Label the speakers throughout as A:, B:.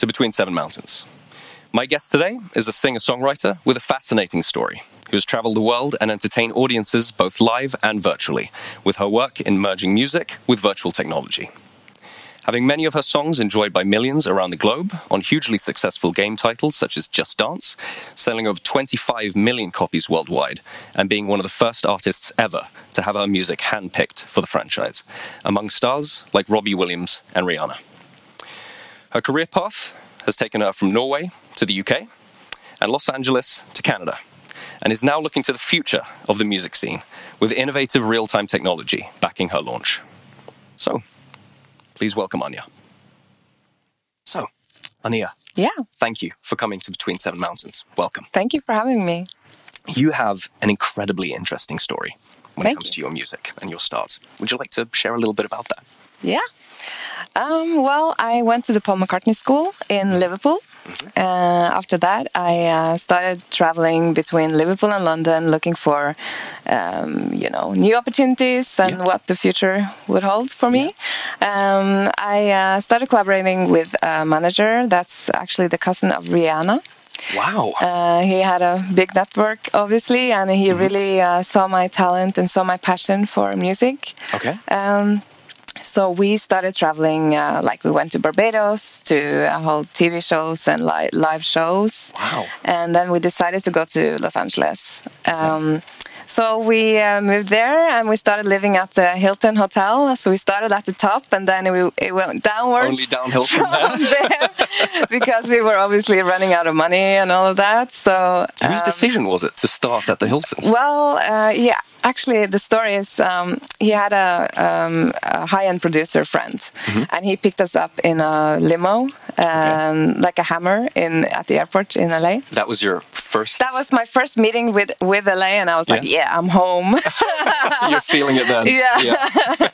A: Between Seven Mountains. My guest today is a singer songwriter with a fascinating story who has traveled the world and entertained audiences both live and virtually, with her work in merging music with virtual technology. Having many of her songs enjoyed by millions around the globe on hugely successful game titles such as Just Dance, selling over 25 million copies worldwide, and being one of the first artists ever to have her music handpicked for the franchise, among stars like Robbie Williams and Rihanna. Her career path has taken her from Norway to the UK and Los Angeles to Canada, and is now looking to the future of the music scene with innovative real time technology backing her launch. So, please welcome Anya. So, Anya,
B: Yeah,
A: thank you for coming to Between Seven Mountains. Welcome.
B: thank you for having me.
A: You have an incredibly interesting story when it
B: Thank
A: comes
B: you.
A: to your music and your start. Would you like to share a little bit about that?
B: Yeah. Um, well, I went to the Paul McCartney School in Liverpool. Uh, after that, I uh, started traveling between Liverpool and London, looking for, um, you know, new opportunities and what the future would hold for me. Um, I uh, started collaborating with a manager that's actually the cousin of Rihanna.
A: Wow.
B: Uh, he had a big network, obviously, and he really uh, saw my talent and saw my passion for music.
A: okay.
B: Um, so we started traveling, uh, like we went to Barbados to uh, hold TV shows and li- live shows.
A: Wow.
B: And then we decided to go to Los Angeles. Um, so we uh, moved there and we started living at the Hilton Hotel. So we started at the top and then we, it went downwards
A: Only downhill from there.
B: from there because we were obviously running out of money and all of that. So
A: Whose decision was it to start at the Hiltons?
B: well, uh, yeah. Actually, the story is um, he had a, um, a high-end producer friend,
A: Mm-hmm.
B: and he picked us up in a limo, um, like a hammer, in at the airport in LA.
A: that was your first.
B: That was my first meeting with with LA, and I was like, "Yeah, I'm home."
A: You're feeling it then.
B: Yeah.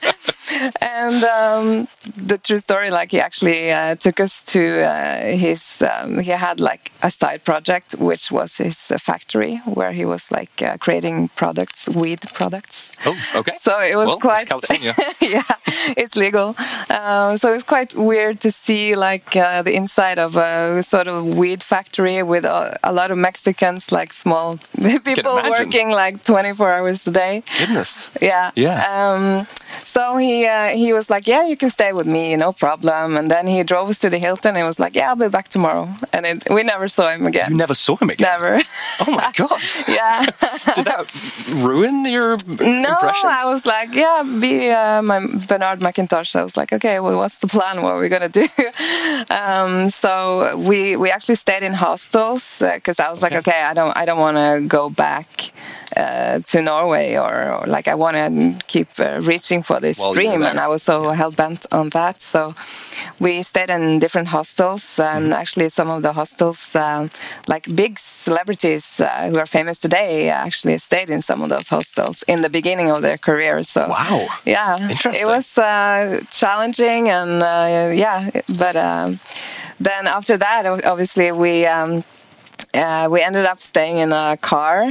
B: and um, the true story, like he actually uh, took us to uh, his. Um, he had like a side project, which was his uh, factory, where he was like uh, creating products, weed products.
A: Oh, okay.
B: So it was
A: well,
B: quite.
A: It's California.
B: yeah, it's legal. Um, so it's quite weird to see like uh, the inside of a sort of weed factory with a, a lot of Mexicans, like small people
A: imagine.
B: working like 24 hours a day.
A: Goodness.
B: Yeah.
A: Yeah.
B: Um, so he uh, he was like, "Yeah, you can stay with me, no problem." And then he drove us to the Hilton. and was like, "Yeah, I'll be back tomorrow." And it, we never saw him again.
A: You never saw him again.
B: Never.
A: Oh my god!
B: yeah.
A: Did that ruin your
B: No,
A: impression?
B: I was like, yeah, be uh, my Bernard McIntosh. I was like, okay, well, what's the plan? What are we gonna do? um, so we we actually stayed in hostels because I was like,
A: Okay.
B: okay, I don't I don't want to go back uh, to Norway or, or like I want to keep uh, reaching for this
A: While you were
B: dream, and
A: there.
B: I was so hell bent on that. So we stayed in different hostels, and
A: Mm-hmm.
B: actually some of the hostels, um like big celebrities uh, who are famous today, actually stayed in some of those hostels in the beginning of their career. So
A: Wow.
B: yeah,
A: Interesting.
B: It was uh, challenging, and uh, yeah, but um, then after that, o- obviously we. Um, uh, we ended up staying in a car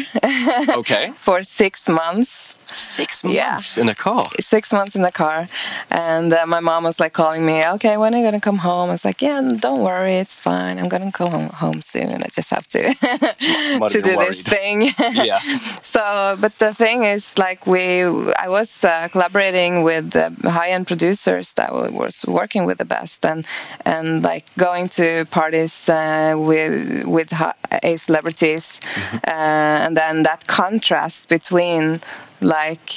A: Okay,
B: for six months
A: six
B: Yeah.
A: months in a car.
B: six months in the car and uh, my mom was like calling me okay when are you gonna come home i was like yeah don't worry it's fine i'm gonna come home, home soon i just have to
A: Might
B: to
A: have
B: do
A: been
B: this
A: worried.
B: thing
A: Yeah.
B: so but the thing is like we i was uh, collaborating with the high-end producers that wa- was working with the best and and like going to parties uh, with with hi- a celebrities uh, and then that contrast between like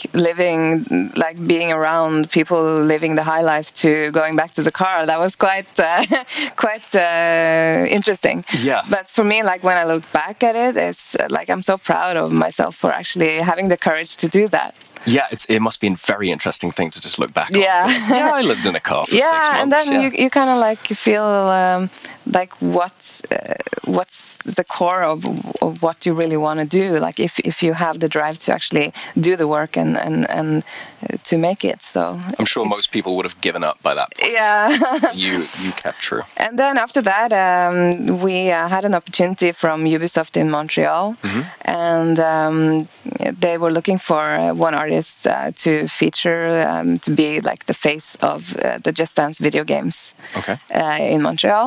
B: living like being around people living the high life to going back to the car that was quite uh, quite uh, interesting
A: Yeah.
B: but for me like when i look back at it it's uh, like i'm so proud of myself for actually having the courage to do that
A: Yeah, it's, it must be a very interesting thing to just look back on.
B: Yeah.
A: yeah, I lived in a car for six months.
B: and then
A: yeah.
B: you, you kind of like feel um, like what uh, what's the core of, of what you really want to do like if, if you have the drive to actually do the work and and, and uh, to make it so
A: I'm sure
B: it's-
A: most people would have given up by that point.
B: yeah
A: You you kept true.
B: And then after that, um, we uh, had an opportunity from Ubisoft in Montreal, and um, they were looking for one artist uh, to feature um, to be like the face of uh, the Just Dance video games
A: Okay.
B: uh, in Montreal.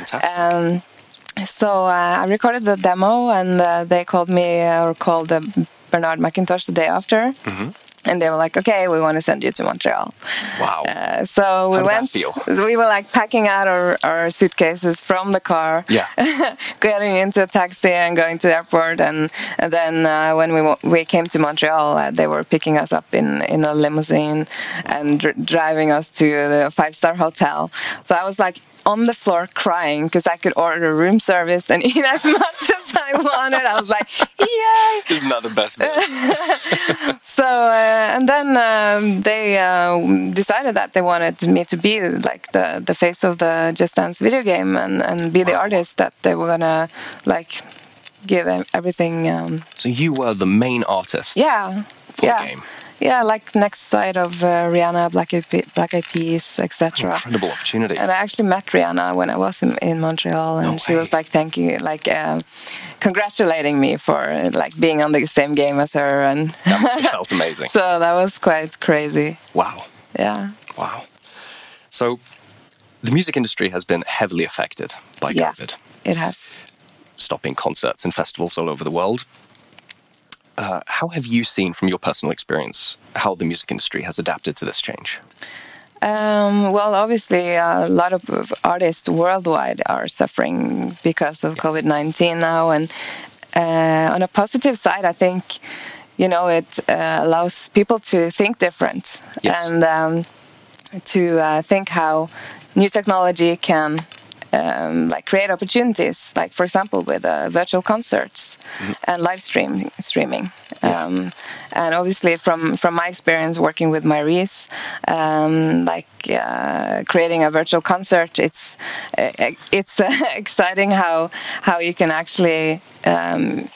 A: Fantastic.
B: Um, so uh, I recorded the demo, and uh, they called me uh, or called uh, Bernard McIntosh the day after, and they were like, "Okay, we want to send you to Montreal."
A: wow.
B: Uh, so
A: How
B: we
A: did that
B: went.
A: feel?
B: We were like packing out our, our suitcases from the car.
A: Yeah.
B: getting into a taxi and going to the airport, and, and then uh, when we wa- we came to Montreal, uh, they were picking us up in in a limousine and dr- driving us to the five star hotel. So I was like on the floor crying because I could order room service and eat as much as I wanted. I was like, yay!
A: Isn't that the best bit?
B: So uh, and then um, they uh, decided that they wanted me to be like the the face of the Just Dance video game and and be the artist that they were gonna like give em- everything. Um,
A: So you were the main artist.
B: yeah.
A: For the
B: yeah.
A: game.
B: Yeah, like next side of uh, Rihanna, Black Eyed, Pe- Black Eyed Peas, etc.
A: Incredible opportunity.
B: And I actually met Rihanna when I was in, in Montreal, and
A: No
B: she was
A: way.
B: like, "Thank you," like uh, congratulating me for uh, like being on the same game as her, and
A: That must have felt amazing.
B: so that was quite crazy.
A: Wow.
B: Yeah.
A: Wow. So the music industry has been heavily affected by
B: Yeah.
A: COVID,
B: It has.
A: stopping concerts and festivals all over the world. Uh, how have you seen, from your personal experience, how the music industry has adapted to this change?
B: Um, well, obviously, a lot of- of artists worldwide are suffering because of COVID 19 now. And uh, on a positive side, I think, you know, it uh, allows people to think different
A: Yes.
B: and um, to uh, think how new technology can. Um, like create opportunities, like for example with uh, virtual concerts
A: Mm-hmm.
B: and live stream streaming. Um, and obviously from from my experience working with Maurice, um, like uh, creating a virtual concert, it's uh, it's uh, exciting how how you can actually um,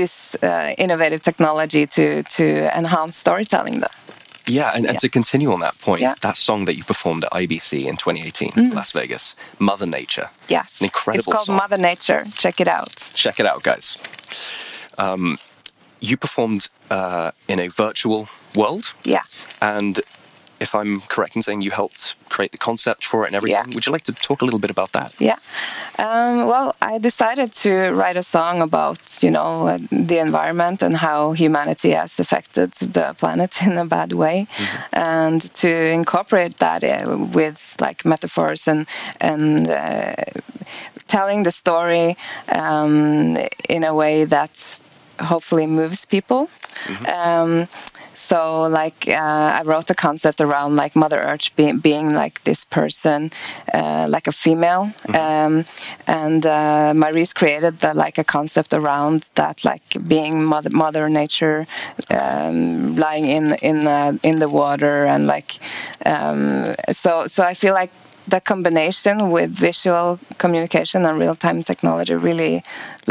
B: use uh, innovative technology to to enhance storytelling. Though.
A: Yeah, and, and to continue on that point,
B: Yeah. Mm.
A: that song that you performed at IBC in 2018, Las Vegas, Mother Nature.
B: Yes,
A: An incredible
B: It's called
A: song.
B: Mother Nature. Check it out.
A: Check it out, guys. Um, you performed uh, in a virtual world,
B: Yeah.
A: and if I'm correct in saying you helped create the concept for it and everything,
B: Yeah.
A: would you like to talk a little bit about that?
B: Yeah. Um, well, I decided to write a song about, you know, uh, the environment and how humanity has affected the planet in a bad way, and to incorporate that uh, with like metaphors and and uh, telling the story um, in a way that hopefully moves people. Um, so like uh, I wrote the concept around like Mother Earth being, being like this person, uh, like a female, um, and uh, Maurice created the, like a concept around that, like being Mother Mother Nature, um, lying in in uh, in the water and like um, so so I feel like the combination with visual communication and real-time technology really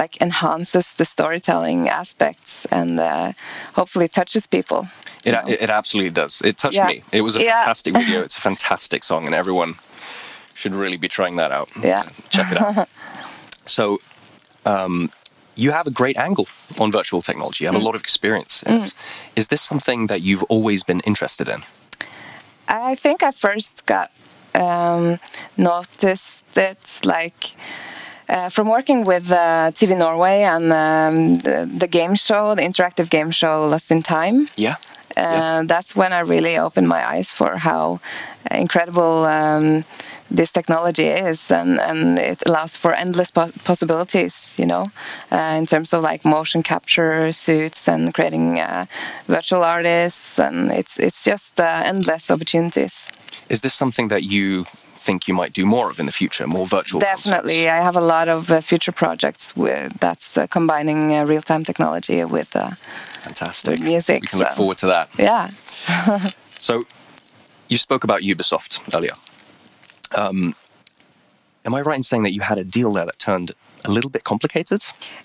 B: like enhances the storytelling aspects and uh, hopefully touches people
A: It, it, it absolutely does. It touched
B: Yeah.
A: me. It was a
B: Yeah.
A: fantastic video. It's a fantastic song, and everyone should really be trying that out.
B: Yeah.
A: Check it out. so, um, you have a great angle on virtual technology. You
B: Mm.
A: have a lot of experience in it. Is this something that you've always been interested in?
B: I think I first got um, noticed it like uh, from working with uh, TV Norway and um, the, the game show, the interactive game show Lost in Time.
A: Yeah.
B: Uh, that's when I really opened my eyes for how incredible um, this technology is, and, and it allows for endless pos- possibilities. You know, uh, in terms of like motion capture suits and creating uh, virtual artists, and it's it's just uh, endless opportunities.
A: Is this something that you think you might do more of in the future? More virtual?
B: Definitely,
A: concerts?
B: I have a lot of uh, future projects with, that's uh, combining uh, real-time technology with. Uh,
A: Fantastic.
B: With music,
A: We can look
B: so-
A: forward to that.
B: yeah,
A: So, you spoke about Ubisoft earlier. Um, am I right in saying that you had a deal there that turned a little bit complicated?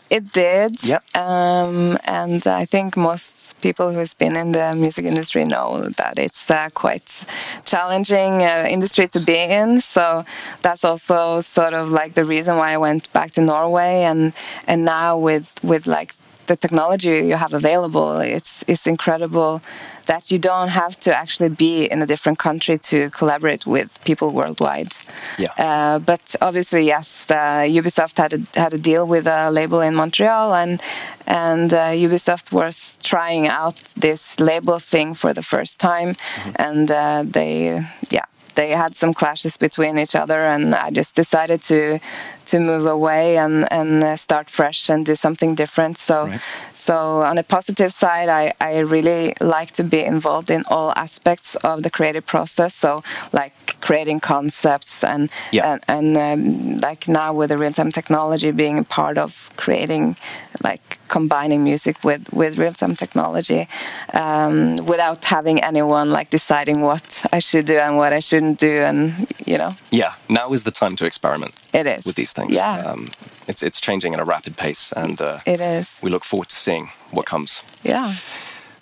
B: it did.
A: Yep.
B: Um, and I think most people who's been in the music industry know that it's uh, quite challenging uh, industry to be in. So that's also sort of like the reason why I went back to Norway, and and now with with like like the technology you have available it's it's incredible that you don't have to actually be in a different country to collaborate with people worldwide.
A: Yeah.
B: Uh, but obviously, yes, the, Ubisoft had a, had a deal with a label in Montreal, and and uh, Ubisoft was trying out this label thing for the first time, and uh, they yeah they had some clashes between each other, and I just decided to to move away and and uh, start fresh and do something different. So,
A: Right.
B: so on a positive side, I I really like to be involved in all aspects of the creative process. So, like creating concepts and
A: Yeah.
B: and, and um, like now with the real time technology being a part of creating like combining music with with real time technology um, without having anyone like deciding what I should do and what I shouldn't do and you know
A: Yeah, now is the time to experiment
B: it is
A: with these things.
B: yeah
A: Um, it's, it's changing at a rapid pace, and uh,
B: it is
A: we look forward to seeing what comes.
B: yeah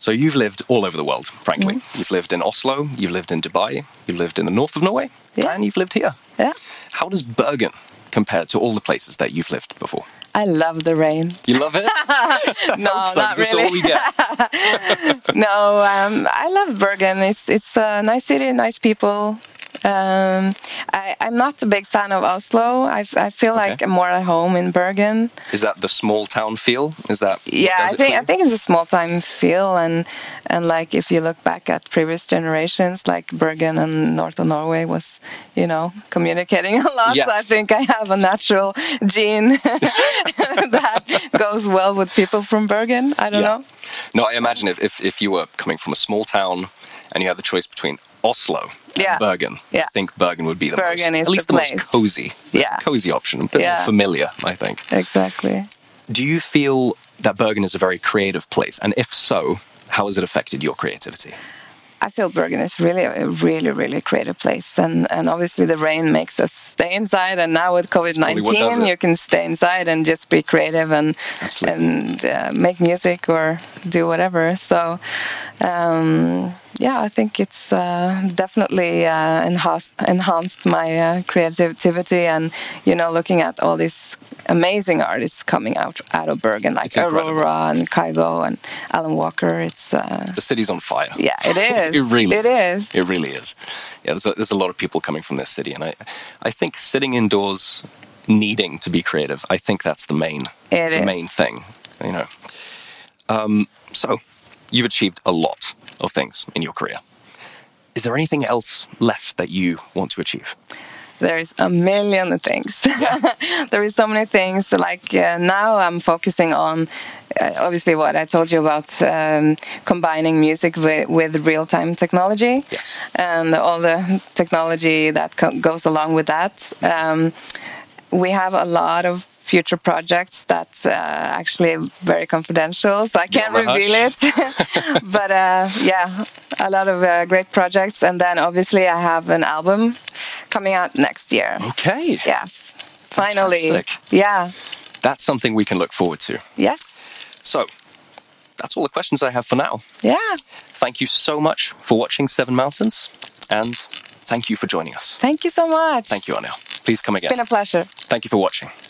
A: So you've lived all over the world, frankly.
B: Mm-hmm.
A: You've lived in Oslo, you've lived in Dubai, you've lived in the north of Norway,
B: Yeah.
A: and you've lived here.
B: yeah
A: How does Bergen compare to all the places that you've lived before?
B: I love the rain
A: You love it?
B: no
A: so
B: Oh, not
A: is this all
B: really
A: we get?
B: no um, I love Bergen it's it's a nice city nice people um, I, I'm not a big fan of Oslo I, f- I feel like
A: Okay.
B: I'm more at home in Bergen
A: Is that the small town feel? Is that what
B: yeah i
A: does it
B: think
A: for
B: i
A: you?
B: think it's a small time feel and and like if you look back at previous generations like bergen and northern norway was you know communicating a lot so i
A: Yes.
B: think i have a natural gene that goes well with people from bergen i don't
A: Yeah.
B: know
A: No, I imagine if, if, if you were coming from a small town and you had the choice between Oslo and
B: Yeah.
A: Bergen,
B: Yeah.
A: I think Bergen would be the
B: Bergen
A: most,
B: is
A: at least
B: the
A: the,
B: place.
A: most cozy, the
B: Yeah.
A: cozy option, a bit
B: Yeah.
A: more familiar, I think.
B: exactly
A: Do you feel that Bergen is a very creative place? And if so, how has it affected your creativity?
B: I feel Bergen is really a really really creative place, and and obviously the rain makes us stay inside, and now with COVID
A: probably what does
B: nineteen,
A: it.
B: you can stay inside and just be creative and
A: Absolutely.
B: and uh, make music or do whatever. So. Um, yeah, I think it's uh, definitely uh, enhanced enhanced my uh, creativity, and you know, looking at all these amazing artists coming out out of Bergen, like
A: It's incredible.
B: Aurora and Kygo and Alan Walker. It's uh,
A: The city's on fire.
B: yeah, it is.
A: It really
B: It
A: is.
B: is.
A: It really is. Yeah, there's a, there's a lot of people coming from this city, and I, I think sitting indoors, needing to be creative, I think that's the main,
B: It
A: the
B: is.
A: main thing, you know. Um, so, you've achieved a lot of things in your career. Is there anything else left that you want to achieve?
B: there's a million things there is so many things like uh, now i'm focusing on uh, obviously what i told you about um, combining music with, with real-time technology
A: Yes.
B: and all the technology that co- goes along with that um, we have a lot of future projects that's uh, actually very confidential so i can't
A: Beyond the
B: reveal
A: hush.
B: it but uh, yeah, a lot of uh, great projects, and then obviously I have an album coming out next year.
A: Okay.
B: Yes, finally.
A: Oh, Fantastic.
B: Yeah.
A: That's something we can look forward to.
B: Yes.
A: So, that's all the questions I have for now.
B: Yeah.
A: Thank you so much for watching Seven Mountains, and thank you for joining us.
B: Thank you so much.
A: Thank you, Arnel. Please come
B: It's
A: again.
B: been a pleasure.
A: Thank you for watching.